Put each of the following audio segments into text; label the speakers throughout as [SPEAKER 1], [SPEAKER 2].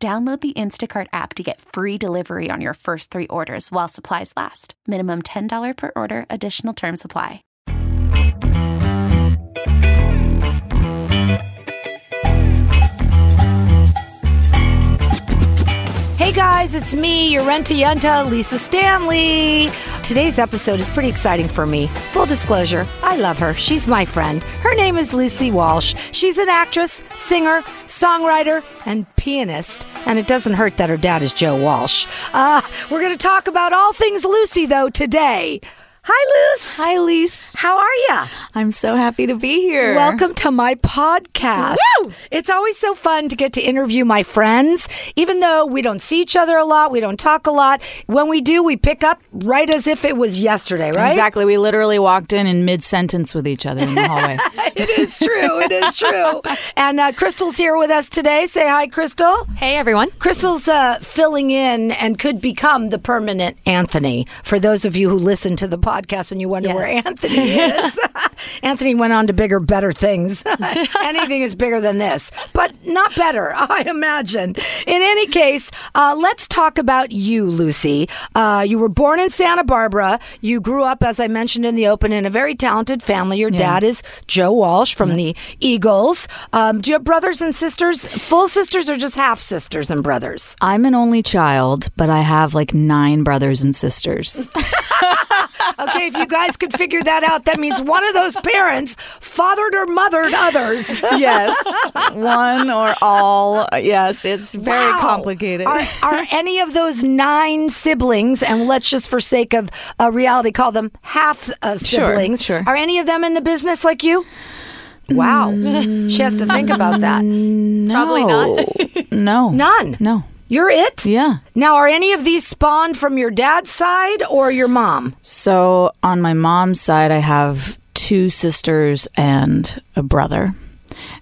[SPEAKER 1] Download the Instacart app to get free delivery on your first three orders while supplies last. Minimum $10 per order, additional term supply.
[SPEAKER 2] Hey guys, it's me, your Renta Yenta, Lisa Stanley. Today's episode is pretty exciting for me. Full disclosure, I love her. She's my friend. Her name is Lucy Walsh. She's an actress, singer, songwriter, and pianist. And it doesn't hurt that her dad is Joe Walsh. Uh, we're going to talk about all things Lucy, though, today. Hi, Luce.
[SPEAKER 3] Hi, Lise.
[SPEAKER 2] How are you?
[SPEAKER 3] I'm so happy to be here.
[SPEAKER 2] Welcome to my podcast.
[SPEAKER 3] Woo!
[SPEAKER 2] It's always so fun to get to interview my friends, even though we don't see each other a lot, we don't talk a lot. When we do, we pick up right as if it was yesterday, right?
[SPEAKER 3] Exactly. We literally walked in in mid sentence with each other in the hallway.
[SPEAKER 2] It is true. It is true. and uh, Crystal's here with us today. Say hi, Crystal.
[SPEAKER 4] Hey everyone.
[SPEAKER 2] Crystal's uh, filling in and could become the permanent Anthony. For those of you who listen to the podcast and you wonder where Anthony is, Anthony went on to bigger, better things. Anything is bigger than this, but not better, I imagine. In any case, uh, let's talk about you, Lucy. Uh, you were born in Santa Barbara. You grew up, as I mentioned in the open, in a very talented family. Your dad is Joe Walsh from the Eagles. Um, do you have brothers and sisters, full sisters, or just half sisters and brothers?
[SPEAKER 3] I'm an only child, but I have like nine brothers and sisters.
[SPEAKER 2] Okay, if you guys could figure that out, that means one of those parents fathered or mothered others.
[SPEAKER 3] yes. One or all. Yes. It's very
[SPEAKER 2] Wow.
[SPEAKER 3] complicated.
[SPEAKER 2] Are, are any of those nine siblings, and let's just for sake of uh, reality call them half uh,
[SPEAKER 3] Sure,
[SPEAKER 2] siblings,
[SPEAKER 3] sure. Mm.
[SPEAKER 2] are any of them in the business like you? Wow. she has to think about that.
[SPEAKER 3] no.
[SPEAKER 4] Probably
[SPEAKER 3] not. no.
[SPEAKER 2] None.
[SPEAKER 3] No.
[SPEAKER 2] You're it?
[SPEAKER 3] Yeah.
[SPEAKER 2] Now, are any of these spawned from your dad's side or your mom?
[SPEAKER 3] So on my mom's side, I have two sisters and a brother.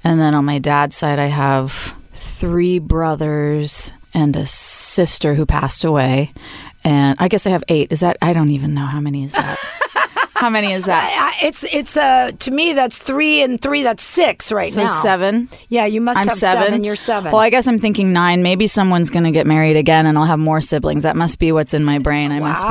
[SPEAKER 3] And then on my dad's side, I have three brothers and a sister who passed away. And I guess I have eight. Is that, I don't even know how many is that? how many is that?
[SPEAKER 2] I, I, it's it's uh to me that's three and three that's six right
[SPEAKER 3] So
[SPEAKER 2] now.
[SPEAKER 3] seven.
[SPEAKER 2] Yeah, you must
[SPEAKER 3] I'm
[SPEAKER 2] have
[SPEAKER 3] 7
[SPEAKER 2] You're seven.
[SPEAKER 3] Well, I guess I'm thinking nine. Maybe someone's going to get married again, and I'll have more siblings. That must be what's in my brain. I
[SPEAKER 2] Wow.
[SPEAKER 3] must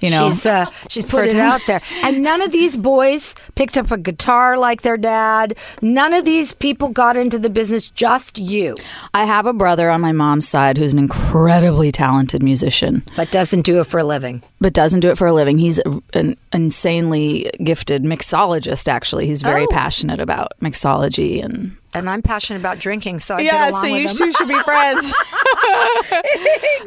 [SPEAKER 3] be, you know,
[SPEAKER 2] she's uh, she's put it
[SPEAKER 3] fertile.
[SPEAKER 2] out there. And none of these boys picked up a guitar like their dad. None of these people got into the business. Just you,
[SPEAKER 3] I have a brother on my mom's side who's an incredibly talented musician,
[SPEAKER 2] but doesn't do it for a living.
[SPEAKER 3] but doesn't do it for a living. He's a- an insanely gifted mixologist, actually. He's very passionate about mixology and.
[SPEAKER 2] And I'm passionate about drinking, so I get along with them.
[SPEAKER 3] should be friends.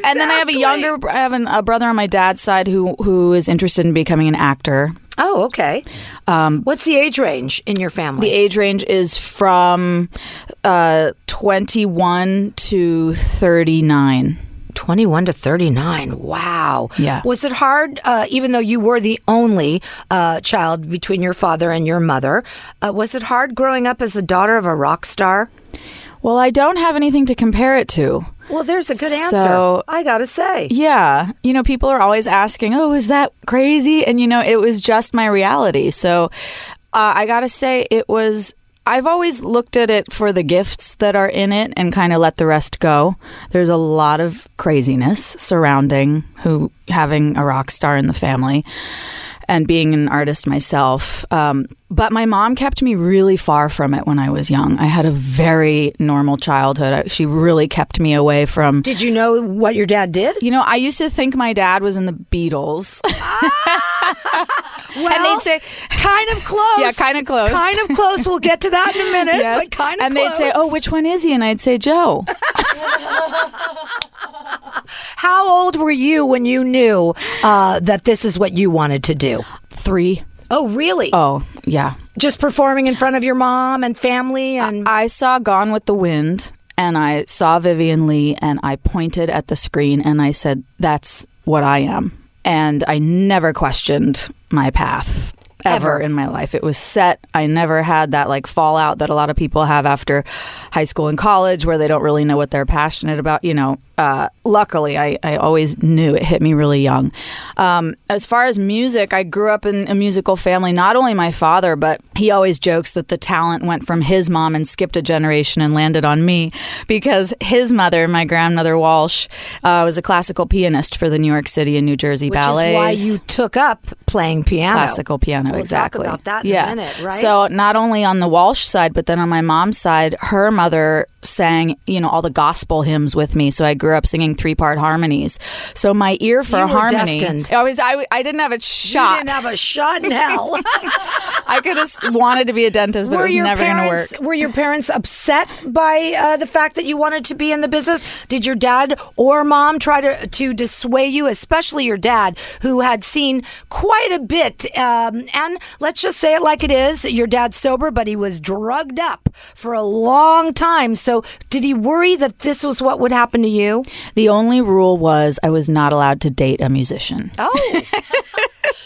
[SPEAKER 3] And then I have a younger, br- I have an, a brother on my dad's side who who is interested in becoming an actor.
[SPEAKER 2] Oh, okay. What's the age range in your family?
[SPEAKER 3] Um, The age range is from uh, twenty one to thirty nine.
[SPEAKER 2] 21 to 39. Wow.
[SPEAKER 3] Yeah.
[SPEAKER 2] Was it hard, uh, even though you were the only uh, child between your father and your mother? Uh, was it hard growing up as a daughter of a rock star?
[SPEAKER 3] Well, I don't have anything to compare it to.
[SPEAKER 2] Well, there's a good
[SPEAKER 3] So-
[SPEAKER 2] answer. I got to say.
[SPEAKER 3] Yeah. You know, people are always asking, oh, is that crazy? And, you know, it was just my reality. So uh, I got to say, it was. I've always looked at it for the gifts that are in it and kind of let the rest go. There's a lot of craziness surrounding who having a rock star in the family and being an artist myself. Um, but my mom kept me really far from it when I was young. I had a very normal childhood. I, she really kept me away from
[SPEAKER 2] Did you know what your dad did?
[SPEAKER 3] you know, I used to think my dad was in the Beatles.
[SPEAKER 2] Well,
[SPEAKER 3] and they'd say,
[SPEAKER 2] kind of close.
[SPEAKER 3] Yeah, kind of close.
[SPEAKER 2] Kind of close. We'll get to that in a minute.
[SPEAKER 3] yes.
[SPEAKER 2] But kind of
[SPEAKER 3] and
[SPEAKER 2] close.
[SPEAKER 3] they'd say, oh, which one is he? And I'd say, Joe.
[SPEAKER 2] How old were you when you knew uh, that this is what you wanted to do?
[SPEAKER 3] Three.
[SPEAKER 2] Oh, really?
[SPEAKER 3] Oh, yeah. Uh,
[SPEAKER 2] Just performing in front of your mom and family and.
[SPEAKER 3] I saw Gone with the Wind and I saw Vivian Lee and I pointed at the screen and I said, That's what I am. And I never questioned my path ever,
[SPEAKER 2] Ever.
[SPEAKER 3] in my life. It was set. I never had that like fallout that a lot of people have after high school and college where they don't really know what they're passionate about. You know, uh, luckily, I, I always knew it hit me really young. Um, as far as music, I grew up in a musical family. Not only my father, but he always jokes that the talent went from his mom and skipped a generation and landed on me because his mother, my grandmother Walsh, uh, was a classical pianist for the New York City and New Jersey
[SPEAKER 2] Which
[SPEAKER 3] ballets
[SPEAKER 2] is why you took up playing piano.
[SPEAKER 3] classical piano
[SPEAKER 2] We'll talk
[SPEAKER 3] exactly
[SPEAKER 2] about that in a
[SPEAKER 3] yeah
[SPEAKER 2] minute, right?
[SPEAKER 3] so not only on the walsh side but then on my mom's side her mother sang you know all the gospel hymns with me so i grew up singing three part harmonies so my ear for
[SPEAKER 2] You were
[SPEAKER 3] harmony
[SPEAKER 2] destined.
[SPEAKER 3] I, was, I, I didn't have a
[SPEAKER 2] You
[SPEAKER 3] shot
[SPEAKER 2] didn't have a shot in hell.
[SPEAKER 3] i could have wanted to be a dentist but it was never going to work
[SPEAKER 2] parents were your parents upset by uh, the fact that you wanted to be in the business? Did your dad or mom try to to dissuade you, especially your dad, who had seen quite a bit? Um, and let's just say it like it is: your dad's sober, but he was drugged up for a long time. So, did he worry that this was what would happen to you?
[SPEAKER 3] the only rule was i was not allowed to date a musician
[SPEAKER 2] Oh.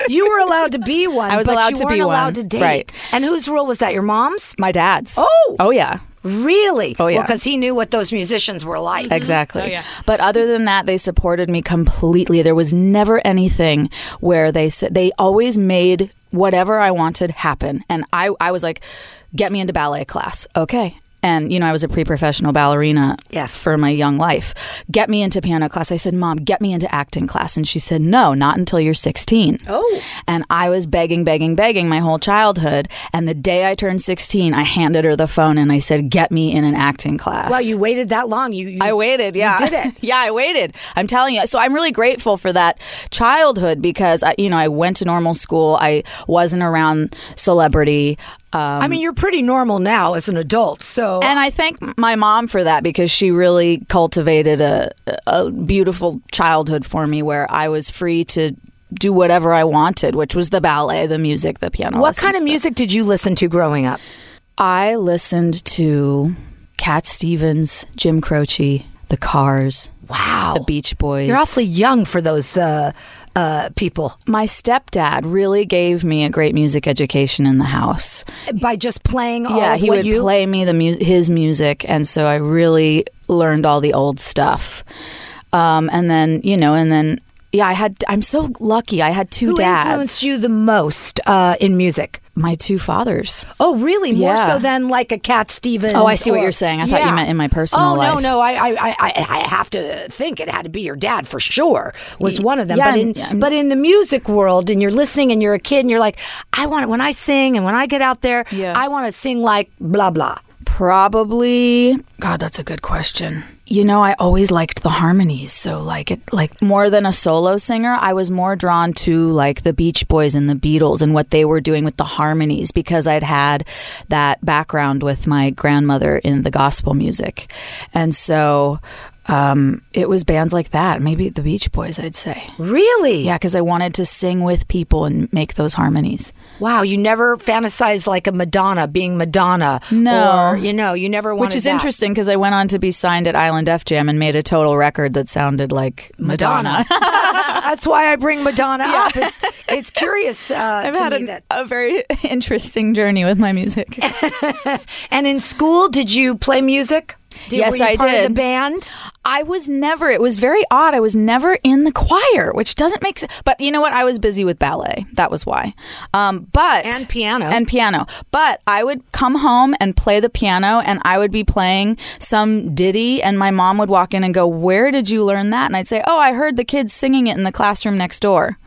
[SPEAKER 2] You were allowed to be one.
[SPEAKER 3] I was
[SPEAKER 2] but
[SPEAKER 3] allowed
[SPEAKER 2] you
[SPEAKER 3] to be
[SPEAKER 2] weren't allowed
[SPEAKER 3] one.
[SPEAKER 2] to date.
[SPEAKER 3] Right.
[SPEAKER 2] And whose rule was that? Your mom's?
[SPEAKER 3] my dad's
[SPEAKER 2] Oh!
[SPEAKER 3] oh yeah
[SPEAKER 2] Really?
[SPEAKER 3] Oh, yeah.
[SPEAKER 2] because he knew what those musicians were like. Oh,
[SPEAKER 3] Exactly. But other than that, they supported me completely. There was never anything where they said they always made whatever I wanted happen. And I, I was like, get me into ballet class. Okay. And you know, I was a pre-professional ballerina
[SPEAKER 2] Yes.
[SPEAKER 3] for my young life. Get me into piano class. I said, Mom, get me into acting class. And she said, No, not until you're 16.
[SPEAKER 2] Oh.
[SPEAKER 3] And I was begging, begging, begging my whole childhood. And the day I turned 16, I handed her the phone and I said, Get me in an acting class.
[SPEAKER 2] Well, you waited that long. You, you
[SPEAKER 3] I waited. Yeah,
[SPEAKER 2] did it.
[SPEAKER 3] yeah, I waited. I'm telling you. So I'm really grateful for that childhood because I, you know I went to normal school. I wasn't around celebrity. Um,
[SPEAKER 2] I mean, you're pretty normal now as an adult. So
[SPEAKER 3] and I thank my mom for that because she really cultivated a, a beautiful childhood for me where I was free to do whatever I wanted, which was the ballet, the music, the piano.
[SPEAKER 2] what
[SPEAKER 3] lessons,
[SPEAKER 2] kind of
[SPEAKER 3] the-
[SPEAKER 2] music did you listen to growing up?
[SPEAKER 3] I listened to Cat Stevens, Jim Croce, The Cars,
[SPEAKER 2] Wow.
[SPEAKER 3] The Beach Boys.
[SPEAKER 2] You're awfully young for those uh, uh, people
[SPEAKER 3] my stepdad really gave me a great music education in the house.
[SPEAKER 2] by just playing all
[SPEAKER 3] yeah,
[SPEAKER 2] of
[SPEAKER 3] he
[SPEAKER 2] what
[SPEAKER 3] would
[SPEAKER 2] you
[SPEAKER 3] play me the mu- his music, and so I really learned all the old stuff. Um, and then you know, and then yeah, I had I'm so lucky. I had two
[SPEAKER 2] Who
[SPEAKER 3] dads,
[SPEAKER 2] influenced you the most uh, in music?
[SPEAKER 3] my two fathers.
[SPEAKER 2] Oh, really? More
[SPEAKER 3] Yeah.
[SPEAKER 2] so than like a Cat Stevens.
[SPEAKER 3] Oh, I see what
[SPEAKER 2] or-
[SPEAKER 3] you're saying. I thought you meant in my personal
[SPEAKER 2] oh,
[SPEAKER 3] life.
[SPEAKER 2] no, no. I, I, I, I I have to think it had to be your dad for sure. Was one of them.
[SPEAKER 3] yeah,
[SPEAKER 2] but in
[SPEAKER 3] and-
[SPEAKER 2] but in the music world, and you're listening, and you're a kid, and you're like, I want it when I sing, and when I get out there,
[SPEAKER 3] Yeah.
[SPEAKER 2] I want to sing like blah blah.
[SPEAKER 3] Probably. God, that's a good question. You know, I always liked the harmonies. So, like, it, like more than a solo singer, I was more drawn to like the Beach Boys and the Beatles and what they were doing with the harmonies because I'd had that background with my grandmother in the gospel music, and so um, it was bands like that. Maybe the Beach Boys, I'd say.
[SPEAKER 2] Really?
[SPEAKER 3] Yeah, because I wanted to sing with people and make those harmonies.
[SPEAKER 2] Wow. You never fantasized like a Madonna being Madonna.
[SPEAKER 3] No.
[SPEAKER 2] Or, you know, you never wanted
[SPEAKER 3] Which is
[SPEAKER 2] that.
[SPEAKER 3] interesting because I went on to be signed at Island F Jam and made a total record that sounded like Madonna.
[SPEAKER 2] That's why I bring Madonna up. It's, it's curious uh,
[SPEAKER 3] I've
[SPEAKER 2] to
[SPEAKER 3] had
[SPEAKER 2] me
[SPEAKER 3] an-
[SPEAKER 2] that.
[SPEAKER 3] a very interesting journey with my music.
[SPEAKER 2] And in school, did you play music? Did,
[SPEAKER 3] Yes,
[SPEAKER 2] were you
[SPEAKER 3] I
[SPEAKER 2] part Of
[SPEAKER 3] did.
[SPEAKER 2] the band.
[SPEAKER 3] I was never, it was very odd. I was never in the choir, which doesn't make sense. But you know what? I was busy with ballet. That was why. Um, but
[SPEAKER 2] And piano.
[SPEAKER 3] And piano. But I would come home and play the piano and I would be playing some ditty and my mom would walk in and go, Where did you learn that? And I'd say, Oh, I heard the kids singing it in the classroom next door.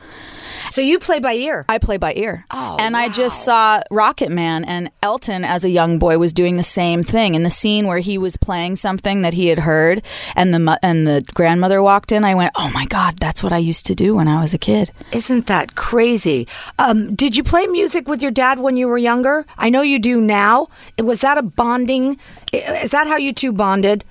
[SPEAKER 2] So you play by ear.
[SPEAKER 3] I play by ear. Oh, and I just saw Rocket Man and Elton as a young boy was doing the same thing in the scene where he was playing something that he had heard and the mo- and the grandmother walked in. I went, "Oh my god, that's what I used to do when I was a kid."
[SPEAKER 2] Isn't that crazy? Um, did you play music with your dad when you were younger? I know you do now. Was that a bonding? Is that how you two bonded?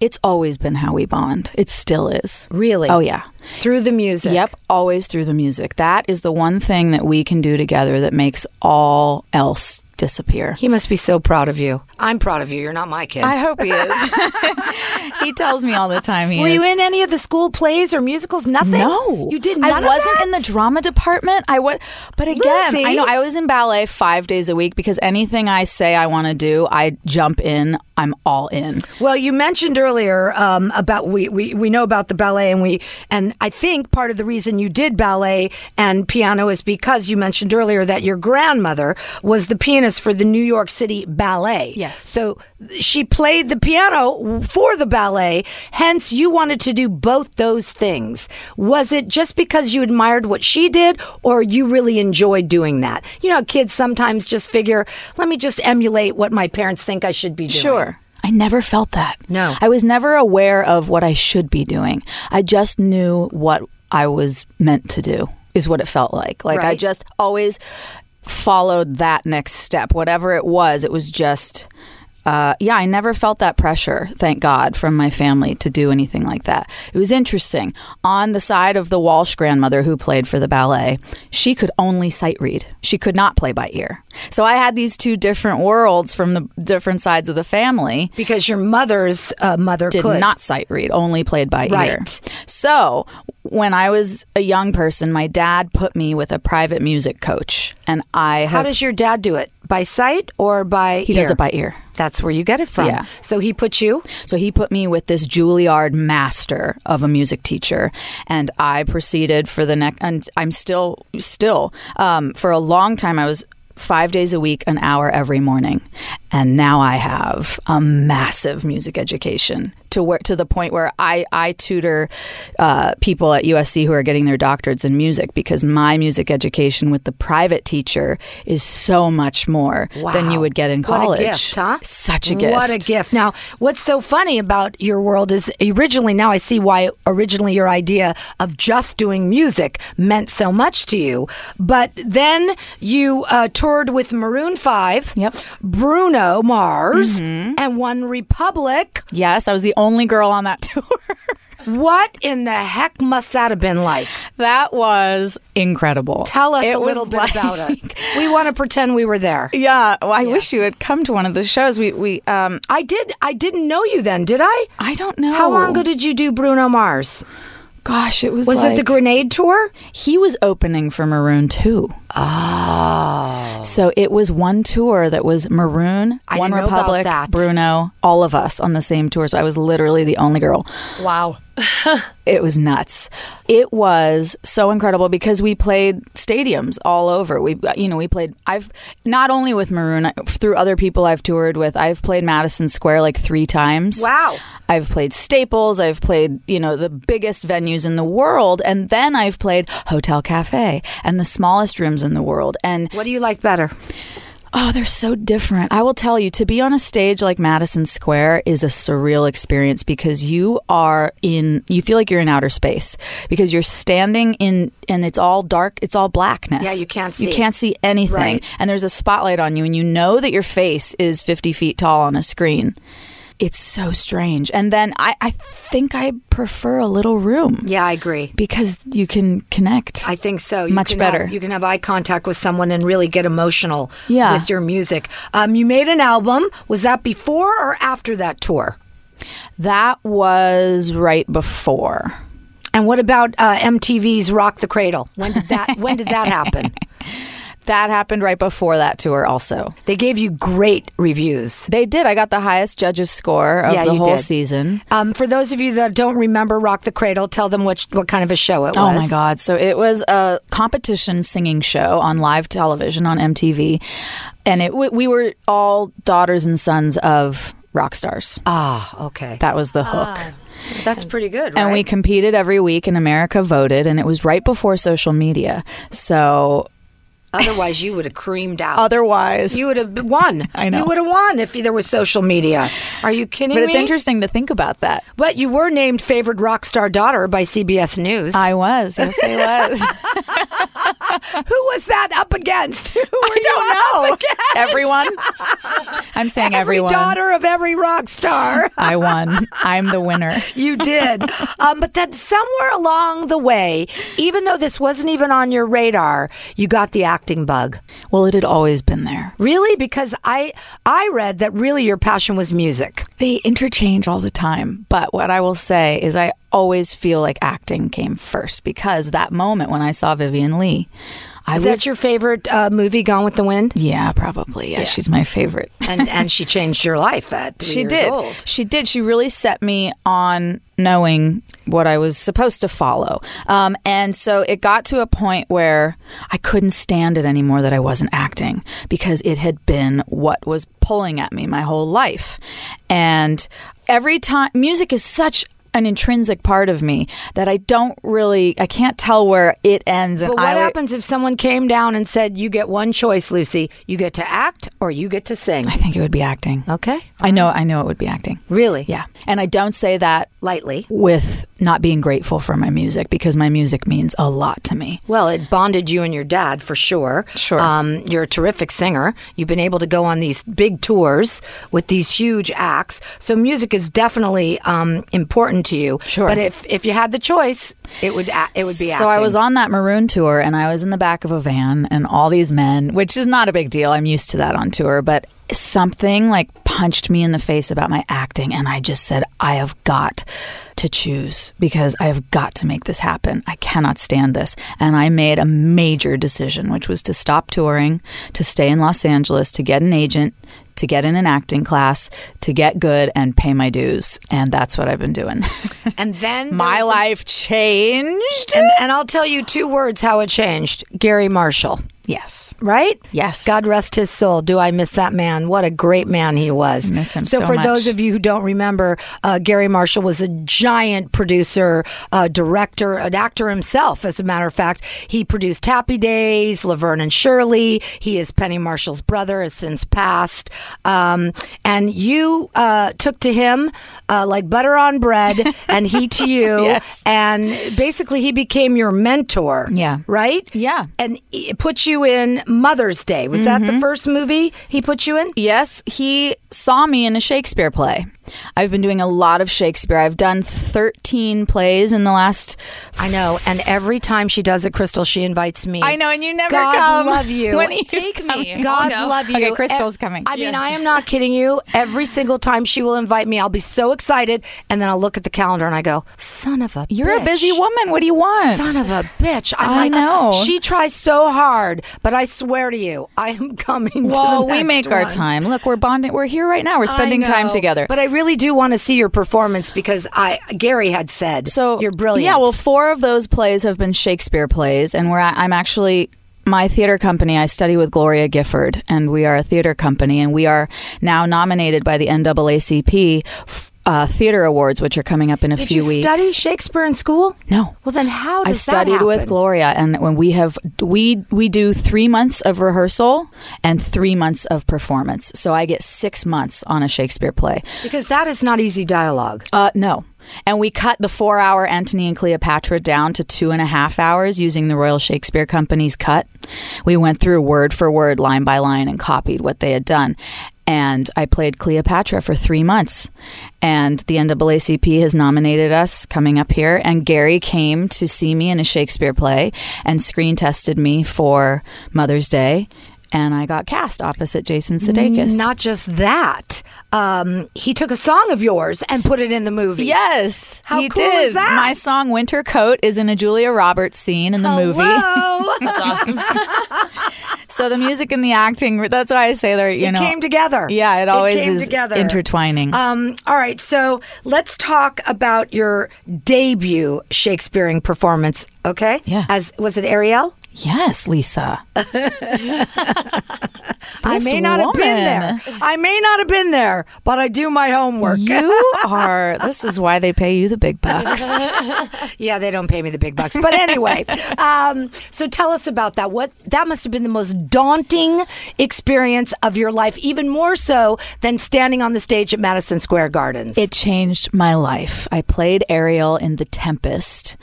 [SPEAKER 3] It's always been how we bond. It still is.
[SPEAKER 2] Really?
[SPEAKER 3] Oh yeah.
[SPEAKER 2] Through the music.
[SPEAKER 3] Yep, always through the music. That is the one thing that we can do together that makes all else disappear.
[SPEAKER 2] He must be so proud of you. I'm proud of you. You're not my kid.
[SPEAKER 3] I hope he is. he tells me all the time. He
[SPEAKER 2] Were
[SPEAKER 3] is.
[SPEAKER 2] you in any of the school plays or musicals? Nothing.
[SPEAKER 3] No,
[SPEAKER 2] you did.
[SPEAKER 3] I
[SPEAKER 2] none of
[SPEAKER 3] wasn't
[SPEAKER 2] that?
[SPEAKER 3] in the drama department. I was, but again,
[SPEAKER 2] Lucy.
[SPEAKER 3] I know I was in ballet five days a week because anything I say I want to do, I jump in. I'm all in.
[SPEAKER 2] Well, you mentioned earlier um, about we, we we know about the ballet, and we and I think part of the reason you did ballet and piano is because you mentioned earlier that your grandmother was the pianist for the New York City Ballet.
[SPEAKER 3] Yes.
[SPEAKER 2] So she played the piano for the ballet. Hence, you wanted to do both those things. Was it just because you admired what she did, or you really enjoyed doing that? You know, how kids sometimes just figure, let me just emulate what my parents think I should be doing.
[SPEAKER 3] Sure. I never felt that.
[SPEAKER 2] No.
[SPEAKER 3] I was never aware of what I should be doing. I just knew what I was meant to do, is what it felt like. Like I
[SPEAKER 2] Right.
[SPEAKER 3] just always followed that next step. Whatever it was, it was just. Uh, yeah, I never felt that pressure, thank God, from my family to do anything like that. It was interesting. On the side of the Walsh grandmother who played for the ballet, she could only sight read. She could not play by ear. So I had these two different worlds from the different sides of the family
[SPEAKER 2] because your mother's uh, mother
[SPEAKER 3] did
[SPEAKER 2] could.
[SPEAKER 3] not sight read, only played by ear.
[SPEAKER 2] Right.
[SPEAKER 3] So when I was a young person, my dad put me with a private music coach, and I
[SPEAKER 2] How
[SPEAKER 3] have,
[SPEAKER 2] does your dad do it? By sight or by
[SPEAKER 3] he does it by ear.
[SPEAKER 2] That's where you get it from.
[SPEAKER 3] Yeah.
[SPEAKER 2] So he put you.
[SPEAKER 3] So he put me with this Juilliard master of a music teacher, and I proceeded for the next. And I'm still, still, um, for a long time, I was five days a week, an hour every morning, and now I have a massive music education to where to the point where I I tutor uh, people at USC who are getting their doctorates in music because my music education with the private teacher is so much more than you would get in college.
[SPEAKER 2] What a gift, huh?
[SPEAKER 3] Such a gift.
[SPEAKER 2] What a gift. Now, what's so funny about your world is originally, now I see why originally your idea of just doing music meant so much to you. But then you uh, toured with Maroon 5,
[SPEAKER 3] Yep. Mm-hmm.
[SPEAKER 2] Bruno Mars, and One Republic.
[SPEAKER 3] Yes, I was the only girl on that tour.
[SPEAKER 2] What in the heck must that have been like?
[SPEAKER 3] that was incredible.
[SPEAKER 2] Tell us
[SPEAKER 3] It
[SPEAKER 2] a little
[SPEAKER 3] was
[SPEAKER 2] bit
[SPEAKER 3] like-
[SPEAKER 2] about it. We want to pretend we were there.
[SPEAKER 3] Yeah, well, I wish you had come to one of the shows. We we um
[SPEAKER 2] I did. I didn't know you then, did I?
[SPEAKER 3] I don't know
[SPEAKER 2] How long ago did you do Bruno Mars?
[SPEAKER 3] Gosh, it was
[SPEAKER 2] Was it the
[SPEAKER 3] like-
[SPEAKER 2] Grenade tour?
[SPEAKER 3] he was opening for Maroon too. Oh, so it was one tour that was Maroon,
[SPEAKER 2] I
[SPEAKER 3] One
[SPEAKER 2] didn't know about
[SPEAKER 3] Republic,
[SPEAKER 2] that.
[SPEAKER 3] Bruno, all of us on the same tour. So I was literally the only girl.
[SPEAKER 2] Wow.
[SPEAKER 3] It was nuts. It was so incredible because we played stadiums all over. We, you know, we played. I've not only with Maroon I- through other people I've toured with. I've played Madison Square like three times.
[SPEAKER 2] Wow.
[SPEAKER 3] I've played Staples. I've played you know the biggest venues in the world, and then I've played Hotel Cafe and the smallest rooms in the world. And
[SPEAKER 2] What do you like better?
[SPEAKER 3] Oh, they're so different. I will tell you, to be on a stage like Madison Square is a surreal experience because you are in, you feel like you're in outer space because you're standing in, and it's all dark, it's all blackness.
[SPEAKER 2] Yeah, you can't
[SPEAKER 3] You
[SPEAKER 2] see.
[SPEAKER 3] can't see anything.
[SPEAKER 2] Right.
[SPEAKER 3] And there's a spotlight on you, and you know that your face is 50 feet tall on a screen. It's so strange. And then I, I think I prefer a little room
[SPEAKER 2] Yeah, I agree.
[SPEAKER 3] because you can connect.
[SPEAKER 2] I think so. You
[SPEAKER 3] Much
[SPEAKER 2] can
[SPEAKER 3] better.
[SPEAKER 2] Have, you can have eye contact with someone and really get emotional
[SPEAKER 3] Yeah.
[SPEAKER 2] with your music. Um, you made an album. Was that before or after that tour?
[SPEAKER 3] that was right before.
[SPEAKER 2] And what about uh, MTV's Rock the Cradle? When did that? when did that happen?
[SPEAKER 3] That happened right before that tour, also.
[SPEAKER 2] They gave you great reviews.
[SPEAKER 3] They did. I got the highest judges score of
[SPEAKER 2] Yeah,
[SPEAKER 3] the
[SPEAKER 2] you
[SPEAKER 3] whole
[SPEAKER 2] did.
[SPEAKER 3] season.
[SPEAKER 2] Um, for those of you that don't remember Rock the Cradle, tell them which, what kind of a show it was.
[SPEAKER 3] Oh my God. So it was a competition singing show on live television on MTV. And it we were all daughters and sons of rock stars.
[SPEAKER 2] Ah, okay.
[SPEAKER 3] That was the hook.
[SPEAKER 2] That's pretty good,
[SPEAKER 3] And we competed every week, and America voted, and it was right before social media. So
[SPEAKER 2] Otherwise, you would have creamed out.
[SPEAKER 3] otherwise,
[SPEAKER 2] you would have won.
[SPEAKER 3] I know.
[SPEAKER 2] You would have won if there was social media. Are you kidding
[SPEAKER 3] but
[SPEAKER 2] me?
[SPEAKER 3] it's interesting to think about that.
[SPEAKER 2] But you were named favored rock star daughter by CBS News.
[SPEAKER 3] I was. Yes, I was.
[SPEAKER 2] Who was that up against? Who were
[SPEAKER 3] I don't
[SPEAKER 2] you
[SPEAKER 3] know.
[SPEAKER 2] Up against?
[SPEAKER 3] Everyone. I'm saying
[SPEAKER 2] Every
[SPEAKER 3] everyone.
[SPEAKER 2] daughter of every rock star.
[SPEAKER 3] I won. I'm the winner.
[SPEAKER 2] You did. um, but then somewhere along the way, even though this wasn't even on your radar, you got the acting bug.
[SPEAKER 3] Well, it had always been there.
[SPEAKER 2] Really? Because I I read that really your passion was music.
[SPEAKER 3] They interchange all the time. But what I will say is, I always feel like acting came first because that moment when I saw Vivian Lee, I
[SPEAKER 2] Is
[SPEAKER 3] was.
[SPEAKER 2] that your favorite uh, movie, Gone with the Wind?
[SPEAKER 3] yeah, probably. Yeah, she's my favorite.
[SPEAKER 2] And and she changed your life at three
[SPEAKER 3] She
[SPEAKER 2] years
[SPEAKER 3] did.
[SPEAKER 2] old.
[SPEAKER 3] She did. She really set me on knowing what I was supposed to follow. Um, and so it got to a point where I couldn't stand it anymore that I wasn't acting because it had been what was pulling at me my whole life. And every time, music is such an intrinsic part of me that I don't really, I can't tell where it ends. And
[SPEAKER 2] But what
[SPEAKER 3] I,
[SPEAKER 2] happens if someone came down and said, "You get one choice, Lucy. You get to act or you get to sing."
[SPEAKER 3] I think it would be acting.
[SPEAKER 2] Okay,
[SPEAKER 3] I know, I know it would be acting.
[SPEAKER 2] really?
[SPEAKER 3] Yeah. And I don't say that
[SPEAKER 2] lightly.
[SPEAKER 3] with not being grateful for my music because my music means a lot to me.
[SPEAKER 2] Well, it bonded you and your dad for sure.
[SPEAKER 3] Sure.
[SPEAKER 2] Um, you're a terrific singer. You've been able to go on these big tours with these huge acts. So music is definitely um, important to you.
[SPEAKER 3] Sure.
[SPEAKER 2] But if if you had the choice, it would a- it would be.
[SPEAKER 3] So I
[SPEAKER 2] acting.
[SPEAKER 3] was on that Maroon tour and I was in the back of a van and all these men, which is not a big deal. I'm used to that on tour, but something like punched me in the face about my acting and I just said, I have got to choose because I have got to make this happen. I cannot stand this. And I made a major decision, which was to stop touring, to stay in Los Angeles, to get an agent. To get in an acting class, to get good and pay my dues. And that's what I've been doing.
[SPEAKER 2] and then
[SPEAKER 3] my
[SPEAKER 2] there was a-
[SPEAKER 3] life changed.
[SPEAKER 2] And, and I'll tell you two words how it changed. Gary Marshall,
[SPEAKER 3] Yes.
[SPEAKER 2] right?
[SPEAKER 3] Yes.
[SPEAKER 2] God rest his soul. Do I miss that man? What a great man he was.
[SPEAKER 3] miss him so
[SPEAKER 2] for
[SPEAKER 3] much.
[SPEAKER 2] those of you who don't remember, uh, Gary Marshall was a giant producer, uh, director, an actor himself. As a matter of fact, he produced Happy Days, Laverne and Shirley. He is Penny Marshall's brother, has since passed. Um, and you uh, took to him uh, like butter on bread, and he to you.
[SPEAKER 3] Yes.
[SPEAKER 2] And basically, he became your mentor.
[SPEAKER 3] Yeah.
[SPEAKER 2] Right?
[SPEAKER 3] Yeah.
[SPEAKER 2] and it put you in Mother's Day. Was that
[SPEAKER 3] Mm-hmm.
[SPEAKER 2] the first movie he put you in?
[SPEAKER 3] Yes, he saw me in a Shakespeare play. I've been doing a lot of Shakespeare. I've done 13 plays in the last.
[SPEAKER 2] I know. And every time she does it, Crystal, she invites me.
[SPEAKER 3] I know, and you never
[SPEAKER 2] God
[SPEAKER 3] come.
[SPEAKER 2] love you.
[SPEAKER 3] When are you
[SPEAKER 4] Take me.
[SPEAKER 3] coming?
[SPEAKER 2] God
[SPEAKER 4] Oh, no.
[SPEAKER 2] love you.
[SPEAKER 3] Okay, Crystal's
[SPEAKER 2] E-
[SPEAKER 3] coming.
[SPEAKER 2] I mean, I am not kidding you. Every single time she will invite me, I'll be so excited, and then I'll look at the calendar and I go, "Son of a,
[SPEAKER 3] You're a
[SPEAKER 2] bitch.
[SPEAKER 3] busy woman. What do you want?
[SPEAKER 2] Son of a bitch! I'm
[SPEAKER 3] I
[SPEAKER 2] like,
[SPEAKER 3] know.
[SPEAKER 2] She tries so hard, but I swear to you, I am coming.
[SPEAKER 3] well,
[SPEAKER 2] to the
[SPEAKER 3] we
[SPEAKER 2] next
[SPEAKER 3] make our
[SPEAKER 2] one.
[SPEAKER 3] time. Look, we're bonding. We're here right now. We're spending
[SPEAKER 2] I
[SPEAKER 3] time
[SPEAKER 2] know,
[SPEAKER 3] together.
[SPEAKER 2] But I really do want to see your performance because I Gary had said
[SPEAKER 3] So
[SPEAKER 2] you're brilliant.
[SPEAKER 3] Yeah, well, four of those plays have been Shakespeare plays, and where I'm actually my theater company. I study with Gloria Gifford, and we are a theater company, and we are now nominated by the NAACP f- uh, Theater Awards, which are coming up in a
[SPEAKER 2] did
[SPEAKER 3] few
[SPEAKER 2] you
[SPEAKER 3] weeks.
[SPEAKER 2] study Shakespeare in school?
[SPEAKER 3] no.
[SPEAKER 2] Well, then how
[SPEAKER 3] I
[SPEAKER 2] does that
[SPEAKER 3] studied with
[SPEAKER 2] happen?
[SPEAKER 3] Gloria, and when we have we we do three months of rehearsal and three months of performance, so I get six months on a Shakespeare play.
[SPEAKER 2] because that is not easy dialogue.
[SPEAKER 3] Uh, no. And we cut the four hour Antony and Cleopatra down to two and a half hours using the Royal Shakespeare Company's cut. We went through word for word, line by line, and copied what they had done. And I played Cleopatra for three months. And the NAACP has nominated us coming up here. And Gary came to see me in a Shakespeare play and screen tested me for Mother's Day. And I got cast opposite Jason Sudeikis.
[SPEAKER 2] Not just that, um, he took a song of yours and put it in the movie.
[SPEAKER 3] Yes,
[SPEAKER 2] How
[SPEAKER 3] he
[SPEAKER 2] cool
[SPEAKER 3] did.
[SPEAKER 2] is that?
[SPEAKER 3] My song "Winter Coat" is in a Julia Roberts scene in the movie.
[SPEAKER 2] Hello.
[SPEAKER 3] So the music and the acting—that's why I say they're you
[SPEAKER 2] it
[SPEAKER 3] know
[SPEAKER 2] came together.
[SPEAKER 3] Yeah, it always
[SPEAKER 2] came
[SPEAKER 3] is
[SPEAKER 2] together.
[SPEAKER 3] intertwining.
[SPEAKER 2] Um, all right, so let's talk about your debut Shakespearean performance. Okay,
[SPEAKER 3] Yeah.
[SPEAKER 2] As was it Ariel?
[SPEAKER 3] yes, Lisa.
[SPEAKER 2] I
[SPEAKER 3] This
[SPEAKER 2] may not have been
[SPEAKER 3] woman.
[SPEAKER 2] there. I may not have been there, but I do my homework.
[SPEAKER 3] You are. This is why they pay you the big bucks.
[SPEAKER 2] yeah, they don't pay me the big bucks, but anyway. um, so tell us about that. What that must have been the most daunting experience of your life, even more so than standing on the stage at Madison Square Gardens.
[SPEAKER 3] It changed my life. I played Ariel in The Tempest.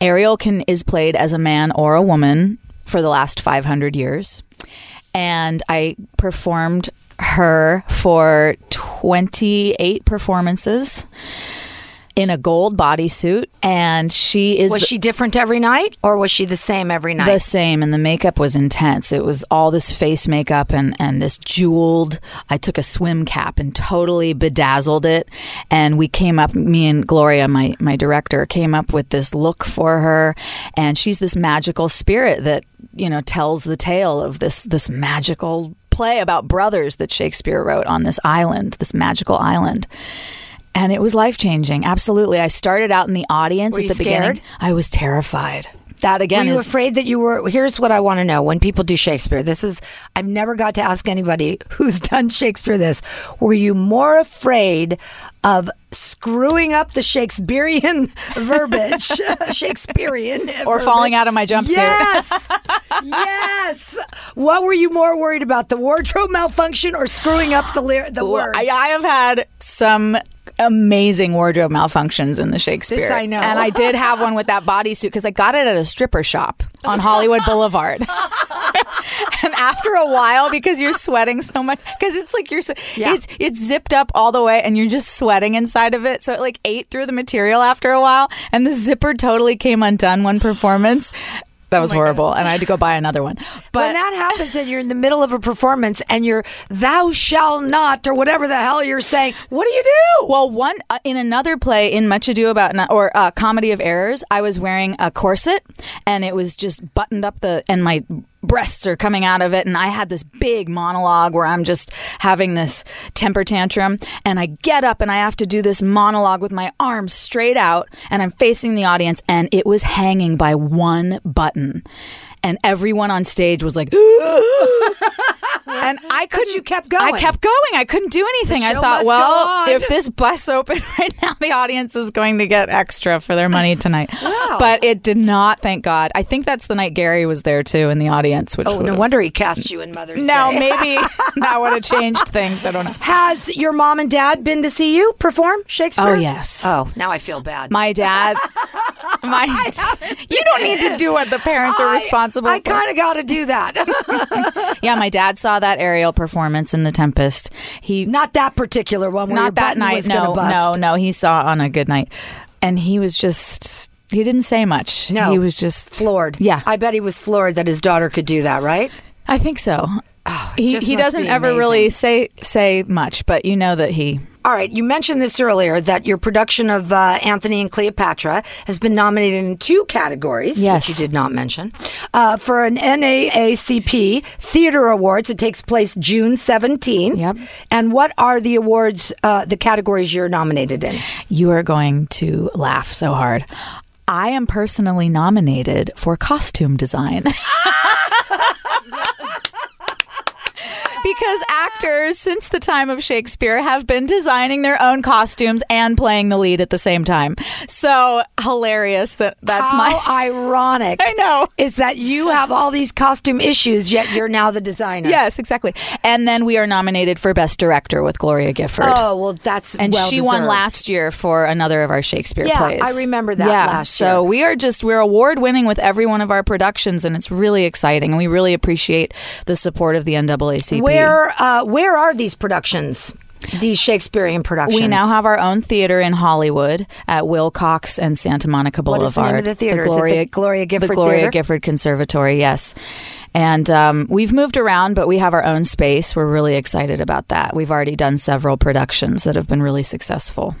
[SPEAKER 3] Ariel can is played as a man or a woman. for the last 500 years. And I performed her for 28 performances in a gold bodysuit. And she is
[SPEAKER 2] Was
[SPEAKER 3] the-
[SPEAKER 2] she different every night or was she the same every night?
[SPEAKER 3] the same, and the makeup was intense. It was all this face makeup and and this jeweled. I took a swim cap and totally bedazzled it. And we came up, me and Gloria, my my director, came up with this look for her, and she's this magical spirit that you know tells the tale of this this magical play about brothers that Shakespeare wrote on this island, this magical island. And it was life changing. Absolutely. I started out in the audience
[SPEAKER 2] Were
[SPEAKER 3] at
[SPEAKER 2] you
[SPEAKER 3] the
[SPEAKER 2] scared?
[SPEAKER 3] beginning. I was terrified. That again
[SPEAKER 2] Were you
[SPEAKER 3] is
[SPEAKER 2] afraid that you were? Here's what I want to know: When people do Shakespeare, this is I've never got to ask anybody who's done Shakespeare this. Were you more afraid of screwing up the Shakespearean verbiage, Shakespearean,
[SPEAKER 3] or
[SPEAKER 2] verbiage?
[SPEAKER 3] falling out of my jumpsuit.
[SPEAKER 2] Yes, yes. What were you more worried about, the wardrobe malfunction or screwing up the ly- the
[SPEAKER 3] Well,
[SPEAKER 2] words?
[SPEAKER 3] I, I have had some amazing wardrobe malfunctions in the Shakespeare.
[SPEAKER 2] This I know.
[SPEAKER 3] And I did have one with that bodysuit because I got it at a stripper shop on Hollywood Boulevard. and after a while, because you're sweating so much, because it's like you're, so,
[SPEAKER 2] Yeah.
[SPEAKER 3] it's it's zipped up all the way, and you're just sweating inside of it. So it like ate through the material after a while, and the zipper totally came undone one performance. That
[SPEAKER 2] Oh
[SPEAKER 3] was horrible, and I had to go buy another one. But
[SPEAKER 2] when that happens and you're in the middle of a performance and you're thou shall not or whatever the hell you're saying, what do you do?
[SPEAKER 3] Well, one uh, in another play in Much Ado About Not- or uh, Comedy of Errors, I was wearing a corset and it was just buttoned up the and my breasts are coming out of it and I had this big monologue where I'm just having this temper tantrum and I get up and I have to do this monologue with my arms straight out and I'm facing the audience and it was hanging by one button. And everyone on stage was like, and I couldn't.
[SPEAKER 2] you kept
[SPEAKER 3] I
[SPEAKER 2] going.
[SPEAKER 3] kept going. I couldn't do anything. I
[SPEAKER 2] show
[SPEAKER 3] thought,
[SPEAKER 2] must go
[SPEAKER 3] well,
[SPEAKER 2] on.
[SPEAKER 3] if this busts open right now, the audience is going to get extra for their money tonight. But it did not. Thank God. I think that's the night Gary was there too in the audience. Which
[SPEAKER 2] Oh, no
[SPEAKER 3] would've-
[SPEAKER 2] wonder he cast you in Mother's
[SPEAKER 3] now
[SPEAKER 2] Day.
[SPEAKER 3] maybe that would have changed things. I don't know.
[SPEAKER 2] Has your mom and dad been to see you perform Shakespeare?
[SPEAKER 3] Oh, yes.
[SPEAKER 2] Oh, now I feel bad.
[SPEAKER 3] My dad. My. You don't need to do what the parents are responsible.
[SPEAKER 2] I, I
[SPEAKER 3] for.
[SPEAKER 2] kind of got to do that.
[SPEAKER 3] Yeah, my dad saw that aerial performance in The Tempest. He
[SPEAKER 2] Not that particular one. Where your
[SPEAKER 3] not that
[SPEAKER 2] button
[SPEAKER 3] night.
[SPEAKER 2] Was gonna
[SPEAKER 3] No, no,
[SPEAKER 2] bust.
[SPEAKER 3] no. He saw on a good night, and he was just. He didn't say much.
[SPEAKER 2] No.
[SPEAKER 3] he was just
[SPEAKER 2] Floored.
[SPEAKER 3] Yeah,
[SPEAKER 2] I bet he was floored that his daughter could do that. Right?
[SPEAKER 3] I think so. he
[SPEAKER 2] Oh, just
[SPEAKER 3] he
[SPEAKER 2] must
[SPEAKER 3] doesn't
[SPEAKER 2] be
[SPEAKER 3] ever
[SPEAKER 2] amazing.
[SPEAKER 3] really say say much, but you know that he.
[SPEAKER 2] All right. You mentioned this earlier that your production of uh, Anthony and Cleopatra has been nominated in two categories,
[SPEAKER 3] Yes.
[SPEAKER 2] which you did not mention, uh, for an NAACP Theater Awards. It takes place June 17th.
[SPEAKER 3] Yep.
[SPEAKER 2] And what are the awards, uh, the categories you're nominated in?
[SPEAKER 3] You are going to laugh so hard. I am personally nominated for costume design. Because actors, since the time of Shakespeare, have been designing their own costumes and playing the lead at the same time. So hilarious that that's
[SPEAKER 2] How
[SPEAKER 3] my.
[SPEAKER 2] ironic.
[SPEAKER 3] I know.
[SPEAKER 2] Is that you have all these costume issues, yet you're now the designer.
[SPEAKER 3] Yes, exactly. And then we are nominated for Best Director with Gloria Gifford.
[SPEAKER 2] Oh, well, that's
[SPEAKER 3] and
[SPEAKER 2] well
[SPEAKER 3] she won
[SPEAKER 2] deserved.
[SPEAKER 3] last year for another of our Shakespeare
[SPEAKER 2] Yeah,
[SPEAKER 3] plays.
[SPEAKER 2] I remember that
[SPEAKER 3] Yeah,
[SPEAKER 2] last
[SPEAKER 3] so
[SPEAKER 2] year.
[SPEAKER 3] we are just we're award winning with every one of our productions, and it's really exciting. And we really appreciate the support of the NAACP.
[SPEAKER 2] Where uh, where are these productions? These Shakespearean productions.
[SPEAKER 3] we now have our own theater in Hollywood at Wilcox and Santa Monica
[SPEAKER 2] What
[SPEAKER 3] Boulevard.
[SPEAKER 2] is the name of the theater? Is it the Gloria
[SPEAKER 3] the
[SPEAKER 2] Gifford
[SPEAKER 3] Gloria
[SPEAKER 2] Theater?
[SPEAKER 3] Gifford Conservatory. Yes. And um, we've moved around, but we have our own space. We're really excited about that. We've already done several productions that have been really successful.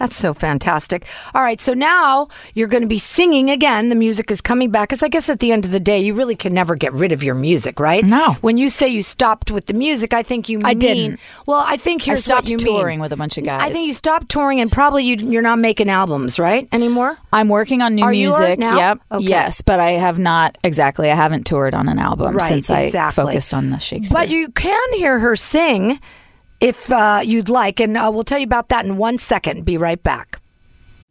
[SPEAKER 2] That's so fantastic. All right, so now you're going to be singing again. The music is coming back. Because I guess at the end of the day, you really can never get rid of your music, right?
[SPEAKER 3] No.
[SPEAKER 2] When you say you stopped with the music, I think you mean.
[SPEAKER 3] I didn't.
[SPEAKER 2] Well, I think here's what
[SPEAKER 3] stopped
[SPEAKER 2] you
[SPEAKER 3] touring
[SPEAKER 2] mean.
[SPEAKER 3] with a bunch of
[SPEAKER 2] I
[SPEAKER 3] guys.
[SPEAKER 2] think you stopped touring, and probably you, you're not making albums, right, anymore.
[SPEAKER 3] I'm working on new
[SPEAKER 2] Are you on
[SPEAKER 3] music.
[SPEAKER 2] now?
[SPEAKER 3] Yep.
[SPEAKER 2] Okay.
[SPEAKER 3] Yes, but I have not exactly. I haven't toured on an album
[SPEAKER 2] Right,
[SPEAKER 3] since
[SPEAKER 2] exactly.
[SPEAKER 3] I focused on the Shakespeare.
[SPEAKER 2] But you can hear her sing if uh, you'd like, and uh, we'll tell you about that in one second. Be right back.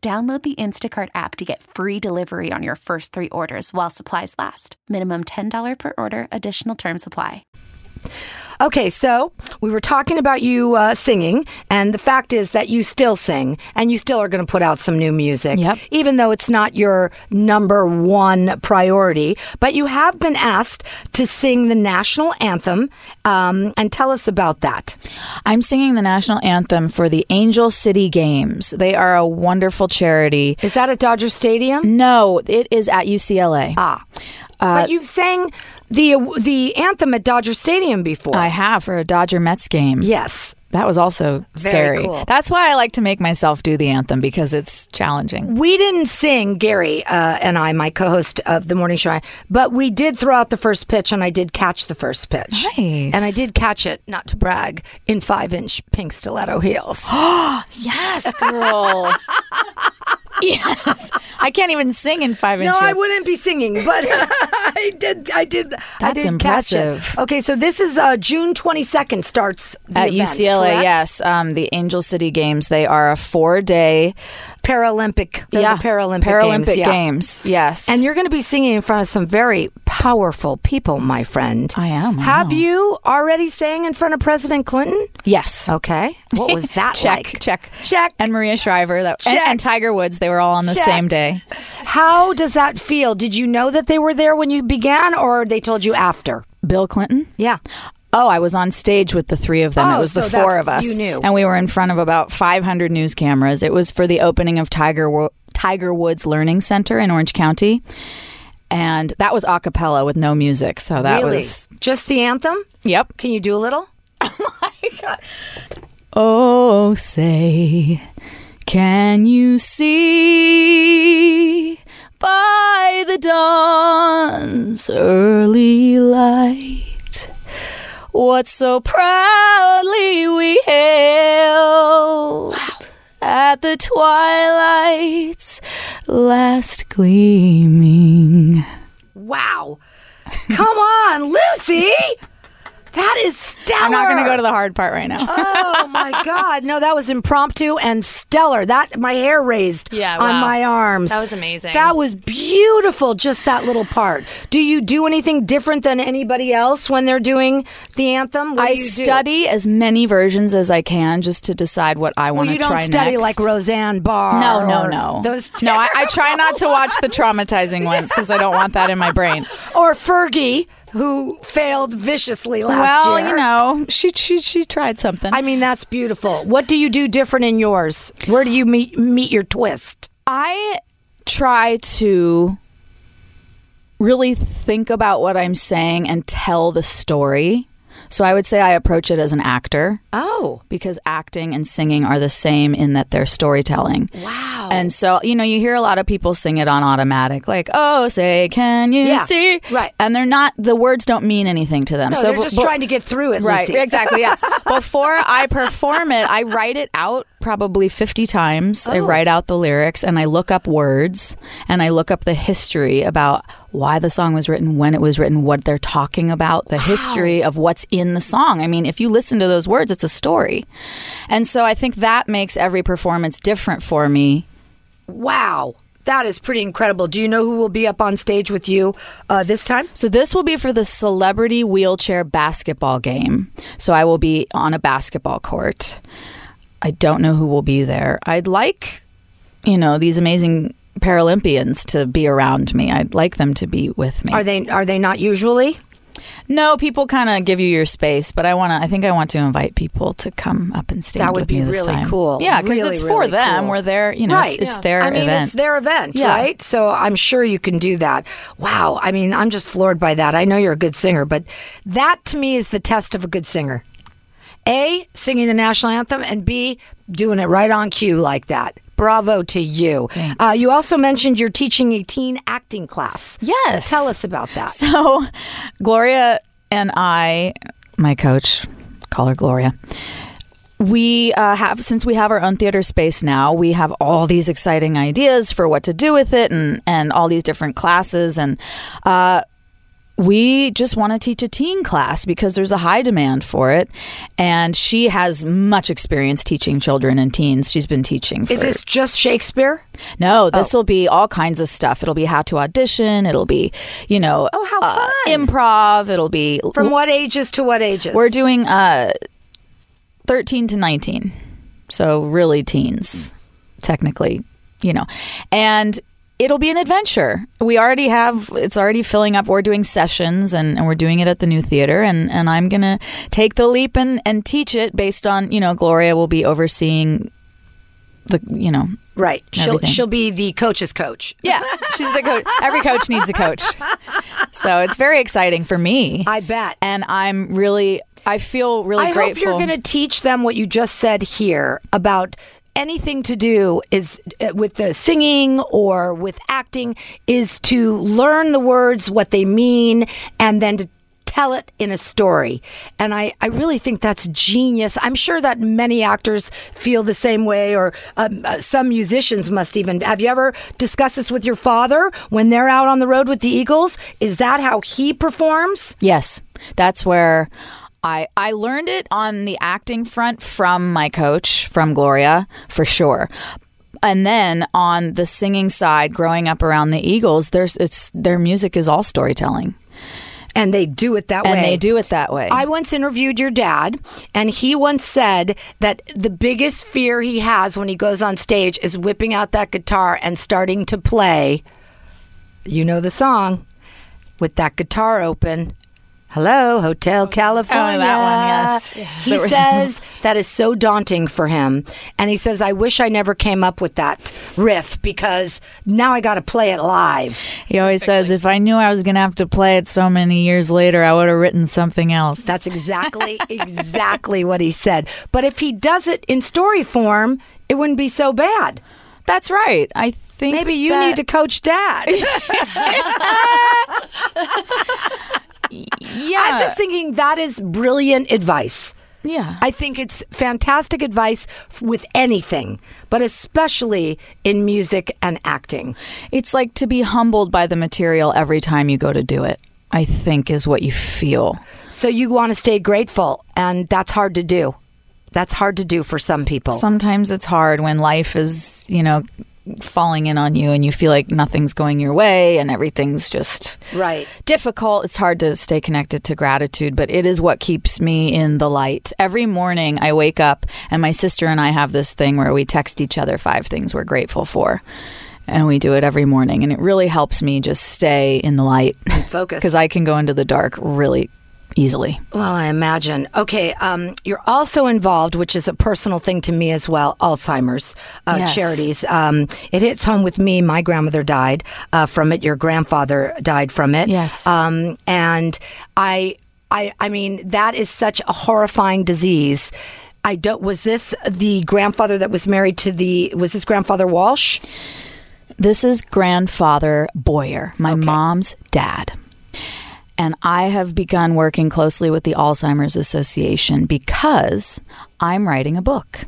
[SPEAKER 1] Download the Instacart app to get free delivery on your first three orders while supplies last. Minimum $10 per order, additional term supply.
[SPEAKER 2] Okay, so we were talking about you uh, singing, and the fact is that you still sing, and you still are going to put out some new music,
[SPEAKER 3] Yep.
[SPEAKER 2] even though it's not your number one priority. But you have been asked to sing the national anthem, um, and tell us about that.
[SPEAKER 3] I'm singing the national anthem for the Angel City Games. They are a wonderful charity.
[SPEAKER 2] Is that at Dodger Stadium?
[SPEAKER 3] No, it is at UCLA.
[SPEAKER 2] Ah,
[SPEAKER 3] uh,
[SPEAKER 2] but you've sang the the anthem at Dodger Stadium before.
[SPEAKER 3] I have for a Dodger Mets game.
[SPEAKER 2] yes.
[SPEAKER 3] That was also
[SPEAKER 2] Very
[SPEAKER 3] scary.
[SPEAKER 2] cool.
[SPEAKER 3] That's why I like to make myself do the anthem because it's challenging.
[SPEAKER 2] We didn't sing, Gary uh, and I, my co host of The Morning Show, but we did throw out the first pitch and I did catch the first pitch.
[SPEAKER 3] Nice.
[SPEAKER 2] And I did catch it, not to brag, in five inch pink stiletto heels.
[SPEAKER 3] Yes, girl. yes. I can't even sing in five
[SPEAKER 2] No,
[SPEAKER 3] inches.
[SPEAKER 2] I wouldn't be singing, but I did. I did. I
[SPEAKER 3] That's
[SPEAKER 2] did catch it.
[SPEAKER 3] impressive.
[SPEAKER 2] Okay, so this is uh, June twenty second starts the
[SPEAKER 3] At
[SPEAKER 2] event,
[SPEAKER 3] UCLA,
[SPEAKER 2] correct?
[SPEAKER 3] yes. Um, the Angel City Games, they are a four day
[SPEAKER 2] Paralympic, they're the Paralympic,
[SPEAKER 3] Paralympic
[SPEAKER 2] games, yeah.
[SPEAKER 3] games, yes.
[SPEAKER 2] And you're going to be singing in front of some very powerful people, my friend.
[SPEAKER 3] I am, I
[SPEAKER 2] Have
[SPEAKER 3] know.
[SPEAKER 2] you already sang in front of President Clinton?
[SPEAKER 3] yes.
[SPEAKER 2] Okay. What was that
[SPEAKER 3] check,
[SPEAKER 2] Oh, like?
[SPEAKER 3] check,
[SPEAKER 2] Check.
[SPEAKER 3] And Maria Shriver that,
[SPEAKER 2] Check.
[SPEAKER 3] And, and Tiger Woods, they were all on the
[SPEAKER 2] Check.
[SPEAKER 3] same day.
[SPEAKER 2] How does that feel? Did you know that they were there when you began or they told you after?
[SPEAKER 3] Bill Clinton?
[SPEAKER 2] Yeah.
[SPEAKER 3] Oh, I was on stage with the three of them.
[SPEAKER 2] Oh,
[SPEAKER 3] it was the
[SPEAKER 2] so
[SPEAKER 3] four
[SPEAKER 2] that's-
[SPEAKER 3] of us.
[SPEAKER 2] you knew.
[SPEAKER 3] And we were in front of about 500 news cameras. It was for the opening of Tiger Wo- Tiger Woods Learning Center in Orange County. And that was a cappella with no music. So that
[SPEAKER 2] really?
[SPEAKER 3] was
[SPEAKER 2] Just the anthem?
[SPEAKER 3] Yep.
[SPEAKER 2] Can you do a little?
[SPEAKER 3] Oh, say, can you see by the dawn's early light what so proudly we hailed at the twilight's last gleaming?
[SPEAKER 2] Wow. Come on, Lucy. That is stellar.
[SPEAKER 3] I'm not going to go to the hard part right now.
[SPEAKER 2] oh my God! No, that was impromptu and stellar. That my hair raised
[SPEAKER 4] Yeah,
[SPEAKER 2] on
[SPEAKER 4] wow.
[SPEAKER 2] my arms.
[SPEAKER 4] That was amazing.
[SPEAKER 2] That was beautiful. Just that little part. Do you do anything different than anybody else when they're doing the anthem? What
[SPEAKER 3] I
[SPEAKER 2] do you do?
[SPEAKER 3] study as many versions as I can just to decide what I
[SPEAKER 2] Well,
[SPEAKER 3] want
[SPEAKER 2] you
[SPEAKER 3] to
[SPEAKER 2] don't
[SPEAKER 3] try
[SPEAKER 2] study
[SPEAKER 3] next.
[SPEAKER 2] like Roseanne Barr.
[SPEAKER 3] No, no,
[SPEAKER 2] or
[SPEAKER 3] no.
[SPEAKER 2] Those
[SPEAKER 3] no, I, I try not to watch the traumatizing ones because I don't want that in my brain.
[SPEAKER 2] or Fergie, who failed viciously last
[SPEAKER 3] well,
[SPEAKER 2] year.
[SPEAKER 3] you know, she she she tried something.
[SPEAKER 2] I mean, that's beautiful. What do you do different in yours? Where do you meet meet your twist?
[SPEAKER 3] I try to really think about what I'm saying and tell the story. So I would say I approach it as an actor.
[SPEAKER 2] Oh,
[SPEAKER 3] because acting and singing are the same in that they're storytelling. Wow. And so, you know, you hear a lot of people sing it on automatic, like, oh, say, can you
[SPEAKER 2] Yeah,
[SPEAKER 3] see?
[SPEAKER 2] right.
[SPEAKER 3] And they're not, the words don't mean anything to them.
[SPEAKER 2] no,
[SPEAKER 3] so
[SPEAKER 2] they're just
[SPEAKER 3] but-
[SPEAKER 2] trying to get through it.
[SPEAKER 3] Right,
[SPEAKER 2] Lucy.
[SPEAKER 3] exactly. Yeah. Before I perform it, I write it out probably 50 times. I write out the lyrics and I look up words and I look up the history about why the song was written, when it was written, what they're talking about, the history of what's in the song. I mean, if you listen to those words, it's a story. And so I think that makes every performance different for me.
[SPEAKER 2] Wow. That is pretty incredible. Do you know who will be up on stage with you uh, this time?
[SPEAKER 3] So this will be for the celebrity wheelchair basketball game. So I will be on a basketball court. I don't know who will be there. I'd like, you know, these amazing Paralympians to be around me. I'd like them to be with me.
[SPEAKER 2] Are they are they not usually?
[SPEAKER 3] no, people kind of give you your space, but I want to. I think I want to invite people to come up and stand
[SPEAKER 2] That would
[SPEAKER 3] with
[SPEAKER 2] be
[SPEAKER 3] me this
[SPEAKER 2] really
[SPEAKER 3] time.
[SPEAKER 2] cool.
[SPEAKER 3] Yeah, because
[SPEAKER 2] Really,
[SPEAKER 3] it's
[SPEAKER 2] really
[SPEAKER 3] for them.
[SPEAKER 2] cool.
[SPEAKER 3] We're there. You know,
[SPEAKER 2] right.
[SPEAKER 3] it's, it's their
[SPEAKER 2] I mean,
[SPEAKER 3] event.
[SPEAKER 2] It's their event,
[SPEAKER 3] Yeah.
[SPEAKER 2] right? So I'm sure you can do that. Wow. I mean, I'm just floored by that. I know you're a good singer, but that to me is the test of a good singer. A, singing the national anthem, and B, doing it right on cue like that. Bravo to you. Uh, you also mentioned you're teaching a teen acting class.
[SPEAKER 3] Yes.
[SPEAKER 2] Tell us about that.
[SPEAKER 3] So, Gloria and I, my coach, call her Gloria. We uh, have, since we have our own theater space now, we have all these exciting ideas for what to do with it and, and all these different classes. And uh, we just want to teach a teen class because there's a high demand for it. And she has much experience teaching children and teens. She's been teaching for
[SPEAKER 2] Is this just Shakespeare? Oh.
[SPEAKER 3] no, this will be all kinds of stuff. It'll be how to audition. It'll be, you know,
[SPEAKER 2] Oh, how
[SPEAKER 3] uh,
[SPEAKER 2] fun.
[SPEAKER 3] improv. It'll be
[SPEAKER 2] From what ages to what ages?
[SPEAKER 3] we're doing uh, thirteen to nineteen, so really teens, technically, you know, and. It'll be an adventure. We already have, it's already filling up. We're doing sessions and, and we're doing it at the new theater. And, and I'm going to take the leap and, and teach it based on, you know, Gloria will be overseeing the, you know,
[SPEAKER 2] right. She'll,
[SPEAKER 3] Everything.
[SPEAKER 2] she'll be the coach's coach.
[SPEAKER 3] yeah, she's the coach. Every coach needs a coach. So it's very exciting for me.
[SPEAKER 2] I bet.
[SPEAKER 3] And I'm really, I feel really
[SPEAKER 2] I
[SPEAKER 3] grateful.
[SPEAKER 2] hope you're going to teach them what you just said here about anything to do is uh, with the singing or with acting is to learn the words what they mean and then to tell it in a story and I, I really think that's genius i'm sure that many actors feel the same way or um, uh, some musicians must even have you ever discussed this with your father when they're out on the road with the eagles is that how he performs
[SPEAKER 3] yes, that's where I I learned it on the acting front from my coach, from Gloria, for sure. And then on the singing side, growing up around the Eagles, there's it's their music is all storytelling,
[SPEAKER 2] and they do it that
[SPEAKER 3] and
[SPEAKER 2] way
[SPEAKER 3] they do it that way.
[SPEAKER 2] I once interviewed your dad, and he once said that the biggest fear he has when he goes on stage is whipping out that guitar and starting to play. You know the song with that guitar open. Hello, Hotel California.
[SPEAKER 3] yes. Yeah.
[SPEAKER 2] He says that is so daunting for him. And he says, I wish I never came up with that riff because now I got to play it live.
[SPEAKER 3] He always says, if I knew I was going to have to play it so many years later, I would have written something else.
[SPEAKER 2] That's exactly, exactly what he said. But if he does it in story form, it wouldn't be so bad.
[SPEAKER 3] That's right. I think
[SPEAKER 2] Maybe you
[SPEAKER 3] that-
[SPEAKER 2] need to coach dad.
[SPEAKER 3] Yeah,
[SPEAKER 2] I'm just thinking that is brilliant advice.
[SPEAKER 3] yeah.
[SPEAKER 2] I think it's fantastic advice f- with anything, but especially in music and acting.
[SPEAKER 3] it's like to be humbled by the material every time you go to do it. I think is what you feel.
[SPEAKER 2] So you want to stay grateful, and that's hard to do. That's hard to do for some people.
[SPEAKER 3] Sometimes it's hard when life is, you know, falling in on you and you feel like nothing's going your way and everything's just
[SPEAKER 2] Right.
[SPEAKER 3] difficult. It's hard to stay connected to gratitude, but it is what keeps me in the light. Every morning I wake up and my sister and I have this thing where we text each other five things we're grateful for. And we do it every morning and it really helps me just stay in the light
[SPEAKER 2] Focus.
[SPEAKER 3] because I can go into the dark really easily.
[SPEAKER 2] Well, I imagine. Okay, um, you're also involved, which is a personal thing to me as well. Alzheimer's uh,
[SPEAKER 3] Yes.
[SPEAKER 2] charities. Um, it hits home with me. My grandmother died uh, from it. Your grandfather died from it.
[SPEAKER 3] Yes.
[SPEAKER 2] Um, and I, I, I mean, that is such a horrifying disease. I don't. Was this the grandfather that was married to the? Was this grandfather Walsh?
[SPEAKER 3] This is grandfather Boyer, my mom's dad. And I have begun working closely with the Alzheimer's Association because I'm writing a book.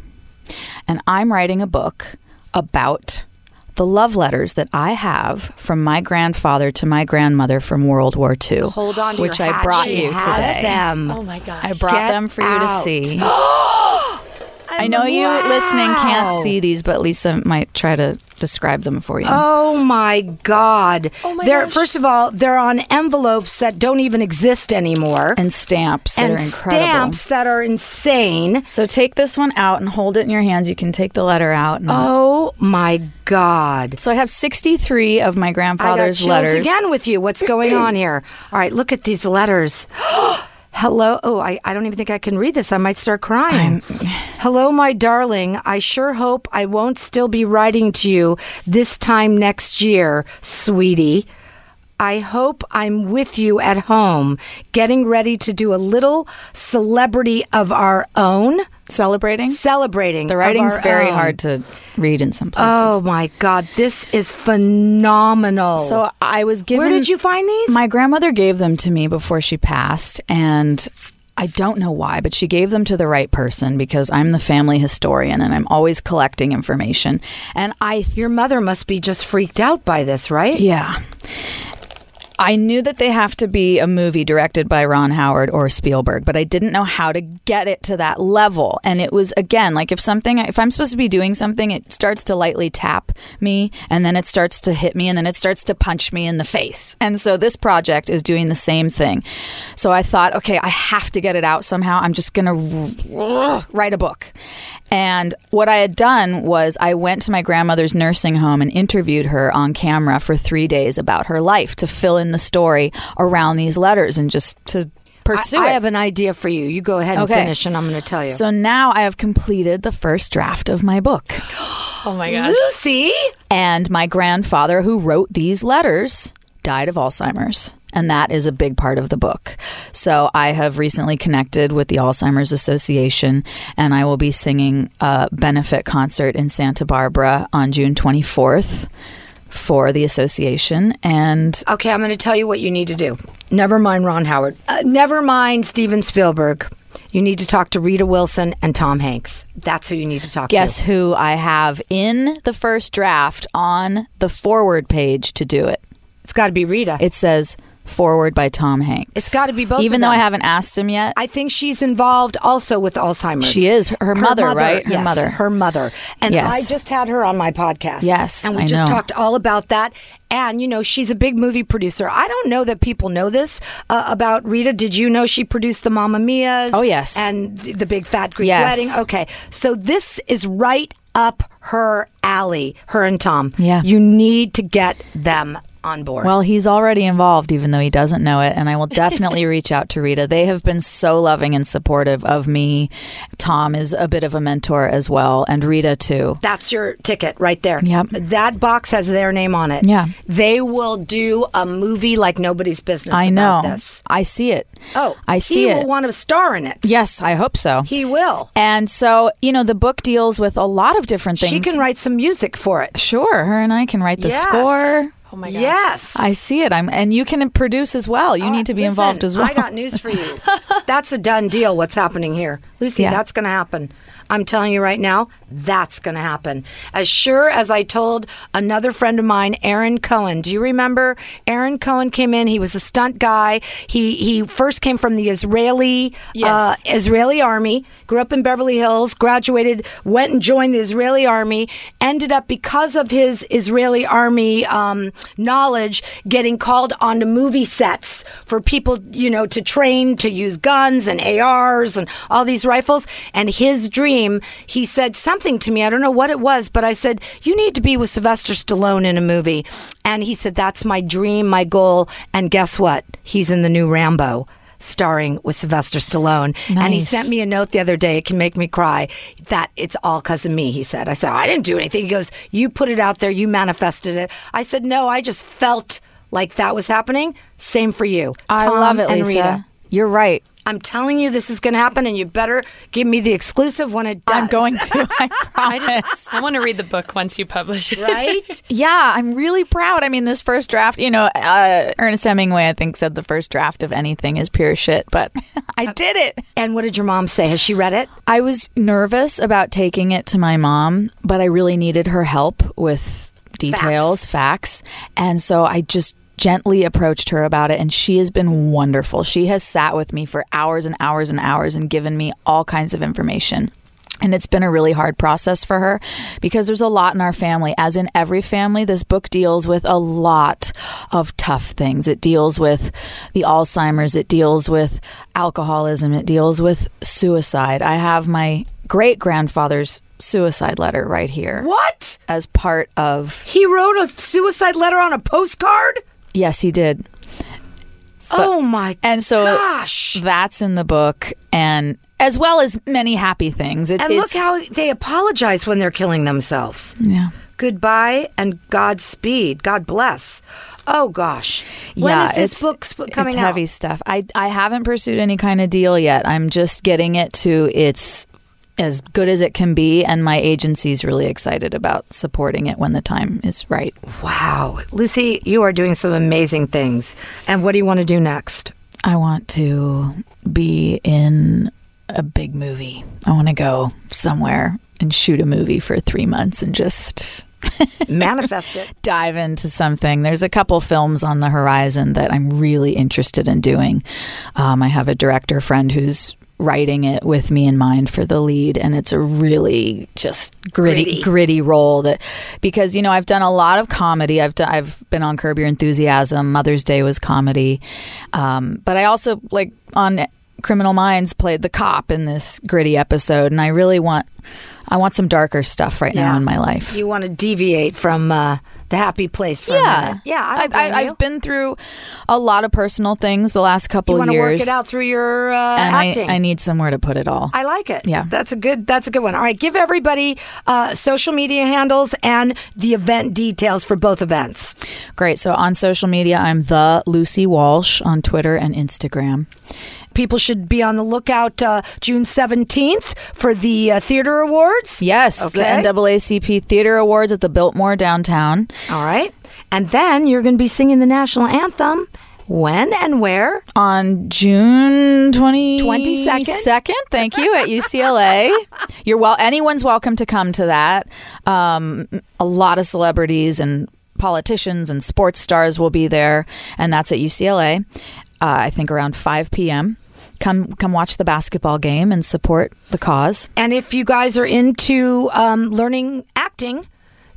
[SPEAKER 3] And I'm writing a book about the love letters that I have from my grandfather to my grandmother from World War II.
[SPEAKER 2] Hold on, to
[SPEAKER 3] which
[SPEAKER 2] your
[SPEAKER 3] I
[SPEAKER 2] hat.
[SPEAKER 3] brought
[SPEAKER 2] She
[SPEAKER 3] you
[SPEAKER 2] has
[SPEAKER 3] today. Oh
[SPEAKER 2] Them.
[SPEAKER 4] my gosh.
[SPEAKER 3] I brought
[SPEAKER 2] Get
[SPEAKER 3] them for you to
[SPEAKER 2] out.
[SPEAKER 3] see. I know you listening
[SPEAKER 2] Wow.
[SPEAKER 3] can't see these, but Lisa might try to describe them for you.
[SPEAKER 2] Oh my God! Oh
[SPEAKER 4] my
[SPEAKER 2] they're,
[SPEAKER 4] gosh.
[SPEAKER 2] First of all, they're on envelopes that don't even exist anymore,
[SPEAKER 3] and stamps that
[SPEAKER 2] and
[SPEAKER 3] are incredible.
[SPEAKER 2] stamps that are insane.
[SPEAKER 3] So take this one out and hold it in your hands. You can take the letter out. And
[SPEAKER 2] Oh my God!
[SPEAKER 3] So I have 63 of my
[SPEAKER 2] I got
[SPEAKER 3] grandfather's
[SPEAKER 2] chills
[SPEAKER 3] letters.
[SPEAKER 2] again with you. What's going on here? All right, look at these letters. Hello. Oh, I, I don't even think I can read this. I might start crying. Hello, my darling. I sure hope I won't still be writing to you this time next year, sweetie. I hope I'm with you at home getting ready to do a little celebrity of our own.
[SPEAKER 3] Celebrating?
[SPEAKER 2] Celebrating.
[SPEAKER 3] The
[SPEAKER 2] of
[SPEAKER 3] writing's
[SPEAKER 2] our
[SPEAKER 3] very
[SPEAKER 2] own.
[SPEAKER 3] hard to read in some places.
[SPEAKER 2] Oh my God, this is phenomenal.
[SPEAKER 3] So I was given.
[SPEAKER 2] where did you find these?
[SPEAKER 3] My grandmother gave them to me before she passed, and I don't know why, but she gave them to the right person because I'm the family historian and I'm always collecting information. And I, th-
[SPEAKER 2] Your mother must be just freaked out by this, right?
[SPEAKER 3] yeah. I knew that they have to be a movie directed by Ron Howard or Spielberg, but I didn't know how to get it to that level. And it was again like if something if I'm supposed to be doing something, it starts to lightly tap me and then it starts to hit me and then it starts to punch me in the face. And so this project is doing the same thing. So I thought, okay, I have to get it out somehow. I'm just going to write a book. And what I had done was I went to my grandmother's nursing home and interviewed her on camera for 3 days about her life to fill in the story around these letters and just to pursue
[SPEAKER 2] I, I
[SPEAKER 3] it.
[SPEAKER 2] have an idea for you. You go ahead and
[SPEAKER 3] Okay.
[SPEAKER 2] finish, and I'm going to tell you.
[SPEAKER 3] so now I have completed the first draft of my book. Oh my gosh.
[SPEAKER 2] Lucy,
[SPEAKER 3] And my grandfather, who wrote these letters, died of Alzheimer's. And that is a big part of the book. So I have recently connected with the Alzheimer's Association, and I will be singing a benefit concert in Santa Barbara on June 24th for the association. And
[SPEAKER 2] okay, I'm going to tell you what you need to do. Never mind Ron Howard. Uh, never mind Steven Spielberg. You need to talk to Rita Wilson and Tom Hanks. That's who you need to talk
[SPEAKER 3] guess
[SPEAKER 2] to.
[SPEAKER 3] who I have in the first draft on the forward page to do it?
[SPEAKER 2] It's got to be Rita.
[SPEAKER 3] It says forward by Tom Hanks.
[SPEAKER 2] It's gotta be both of
[SPEAKER 3] Even though
[SPEAKER 2] them.
[SPEAKER 3] I haven't asked him yet.
[SPEAKER 2] I think she's involved also with Alzheimer's.
[SPEAKER 3] She is. Her mother, right? Her
[SPEAKER 2] yes,
[SPEAKER 3] mother.
[SPEAKER 2] Her mother. And
[SPEAKER 3] Yes.
[SPEAKER 2] I just had her on my podcast.
[SPEAKER 3] Yes,
[SPEAKER 2] And we
[SPEAKER 3] I
[SPEAKER 2] just
[SPEAKER 3] know.
[SPEAKER 2] talked all about that. And, you know, she's a big movie producer. I don't know that people know this uh, about Rita. Did you know she produced the Mamma Mia's?
[SPEAKER 3] Oh, yes.
[SPEAKER 2] And th- the Big Fat Greek
[SPEAKER 3] Yes.
[SPEAKER 2] Wedding. Okay. So this is right up her alley, her and Tom.
[SPEAKER 3] Yeah.
[SPEAKER 2] You need to get them on board.
[SPEAKER 3] Well, he's already involved, even though he doesn't know it. And I will definitely reach out to Rita. They have been so loving and supportive of me. Tom is a bit of a mentor as well, and Rita too.
[SPEAKER 2] That's your ticket right there.
[SPEAKER 3] Yep.
[SPEAKER 2] That box has their name on it.
[SPEAKER 3] Yeah.
[SPEAKER 2] They will do a movie like nobody's business.
[SPEAKER 3] I know.
[SPEAKER 2] about this.
[SPEAKER 3] I see it.
[SPEAKER 2] Oh,
[SPEAKER 3] I see
[SPEAKER 2] he
[SPEAKER 3] it.
[SPEAKER 2] will want to star in it.
[SPEAKER 3] yes, I hope so.
[SPEAKER 2] He will.
[SPEAKER 3] and so, you know, the book deals with a lot of different things.
[SPEAKER 2] She can write some music for it.
[SPEAKER 3] Sure, her and I can write the
[SPEAKER 2] Yes.
[SPEAKER 3] score.
[SPEAKER 2] Oh my god. Yes.
[SPEAKER 3] I see it. I'm, and you can produce as well. You need to be
[SPEAKER 2] Oh, Listen,
[SPEAKER 3] involved as well.
[SPEAKER 2] I got news for you. that's a done deal. What's happening here, Lucy?
[SPEAKER 3] Yeah.
[SPEAKER 2] That's going to happen. I'm telling you right now, that's going to happen. As sure as I told another friend of mine, Aaron Cohen. Do you remember? Aaron Cohen came in. He was a stunt guy. He he first came from the Israeli uh, Israeli army. Grew up in Beverly Hills. Graduated, went and joined the Israeli army. Ended up because of his Israeli army um, knowledge, getting called onto movie sets for people, you know, to train to use guns and ARs and all these rifles. And his dream, he said something to me. I don't know what it was, but I said, You need to be with Sylvester Stallone in a movie. And he said, That's my dream, my goal. And guess what? He's in the new Rambo. Starring with Sylvester Stallone. And he
[SPEAKER 3] Nice.
[SPEAKER 2] sent me a note the other day. It can make me cry that it's all because of me, he said. I said, I didn't do anything. He goes, You put it out there. You manifested it. I said, No, I just felt like that was happening. Same for you.
[SPEAKER 3] I
[SPEAKER 2] Tom
[SPEAKER 3] love it,
[SPEAKER 2] and
[SPEAKER 3] Lisa.
[SPEAKER 2] Rita.
[SPEAKER 3] You're right.
[SPEAKER 2] I'm telling you, this is going to happen, and you better give me the exclusive when it does.
[SPEAKER 3] I'm going to. I promise.
[SPEAKER 4] I just I want to read the book once you publish it.
[SPEAKER 2] Right?
[SPEAKER 3] Yeah, I'm really proud. I mean, this first draft, you know, uh, Ernest Hemingway, I think, said the first draft of anything is pure shit, but I did it.
[SPEAKER 2] and what did your mom say? Has she read it?
[SPEAKER 3] I was nervous about taking it to my mom, but I really needed her help with details, facts. And so I just gently approached her about it and she has been wonderful. She has sat with me for hours and hours and hours and given me all kinds of information. And it's been a really hard process for her because there's a lot in our family. As in every family, this book deals with a lot of tough things. It deals with the Alzheimer's, it deals with alcoholism, it deals with suicide. I have my great grandfather's suicide letter right here
[SPEAKER 2] What?
[SPEAKER 3] as part of.
[SPEAKER 2] He wrote a suicide letter on a postcard?
[SPEAKER 3] Yes, he did.
[SPEAKER 2] oh my
[SPEAKER 3] And so
[SPEAKER 2] gosh.
[SPEAKER 3] that's in the book, and as well as many happy things. It's,
[SPEAKER 2] And look
[SPEAKER 3] it's-
[SPEAKER 2] how they apologize when they're killing themselves.
[SPEAKER 3] Yeah.
[SPEAKER 2] goodbye and Godspeed. God bless. Oh gosh, when
[SPEAKER 3] yeah,
[SPEAKER 2] is this
[SPEAKER 3] it's
[SPEAKER 2] book sp- coming
[SPEAKER 3] it's
[SPEAKER 2] out?
[SPEAKER 3] heavy stuff. I I haven't pursued any kind of deal yet. I'm just getting it to its as good as it can be, and my agency's really excited about supporting it when the time is right.
[SPEAKER 2] Wow, Lucy, you are doing some amazing things. And what do you want to do next?
[SPEAKER 3] I want to be in a big movie. I want to go somewhere and shoot a movie for three months and just
[SPEAKER 2] Manifest it.
[SPEAKER 3] dive into something. There's a couple films on the horizon that I'm really interested in doing. Um, I have a director friend who's writing it with me in mind for the lead and it's a really just gritty gritty, role that because you know I've done a lot of comedy I've done, I've been on Curb Your Enthusiasm Mother's Day was comedy um, but I also like on Criminal Minds played the cop in this gritty episode and I really want I want some darker stuff right now
[SPEAKER 2] Yeah.
[SPEAKER 3] in my life
[SPEAKER 2] You want to deviate from uh, the happy place for a
[SPEAKER 3] yeah,
[SPEAKER 2] minute. Yeah, I don't blame you.
[SPEAKER 3] I've been through a lot of personal things the last couple
[SPEAKER 2] you
[SPEAKER 3] of
[SPEAKER 2] want to work
[SPEAKER 3] years,
[SPEAKER 2] it out through your uh,
[SPEAKER 3] and I,
[SPEAKER 2] acting.
[SPEAKER 3] I need somewhere to put it all.
[SPEAKER 2] I like it.
[SPEAKER 3] Yeah.
[SPEAKER 2] that's a good. That's a good one. All right, give everybody uh, social media handles and the event details for both events.
[SPEAKER 3] Great. So on social media, I'm the Lucy Walsh on Twitter and Instagram.
[SPEAKER 2] People should be on the lookout uh, June seventeenth for the uh, theater awards.
[SPEAKER 3] Yes, the
[SPEAKER 2] Okay.
[SPEAKER 3] NAACP Theater Awards at the Biltmore downtown.
[SPEAKER 2] All right, and then you're going to be singing the national anthem. When and where?
[SPEAKER 3] on June 20
[SPEAKER 2] 22nd?
[SPEAKER 3] Second, thank you at UCLA. You're well. Anyone's welcome to come to that. Um, a lot of celebrities and politicians and sports stars will be there, and that's at UCLA. Uh, I think around 5 p.m. Come, come watch the basketball game and support the cause.
[SPEAKER 2] And if you guys are into um, learning acting,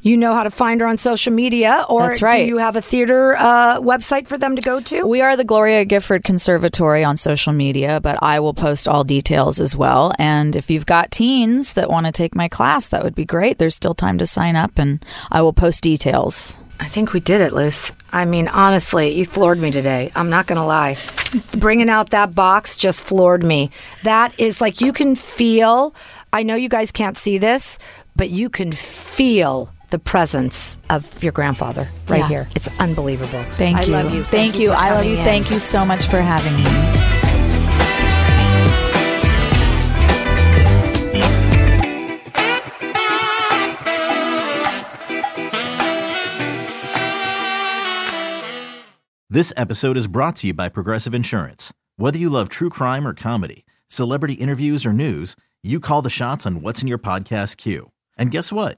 [SPEAKER 2] you know how to find her on social media, or
[SPEAKER 3] That's right.
[SPEAKER 2] do you have a theater uh, website for them to go to?
[SPEAKER 3] We are the Gloria Gifford Conservatory on social media, but I will post all details as well. And if you've got teens that want to take my class, that would be great. There's still time to sign up, and I will post details.
[SPEAKER 2] I think we did it, Luce. I mean, honestly, you floored me today. I'm not going to lie. Bringing out that box just floored me. That is like you can feel, I know you guys can't see this, but you can feel the presence of your grandfather right
[SPEAKER 3] Yeah.
[SPEAKER 2] here. It's unbelievable.
[SPEAKER 3] Thank
[SPEAKER 2] I
[SPEAKER 3] you.
[SPEAKER 2] love you.
[SPEAKER 3] Thank, you.
[SPEAKER 2] for
[SPEAKER 3] I love
[SPEAKER 2] coming
[SPEAKER 3] you.
[SPEAKER 2] in.
[SPEAKER 3] Thank you so much for having me.
[SPEAKER 5] This episode is brought to you by Progressive Insurance. Whether you love true crime or comedy, celebrity interviews or news, you call the shots on what's in your podcast queue. And guess what?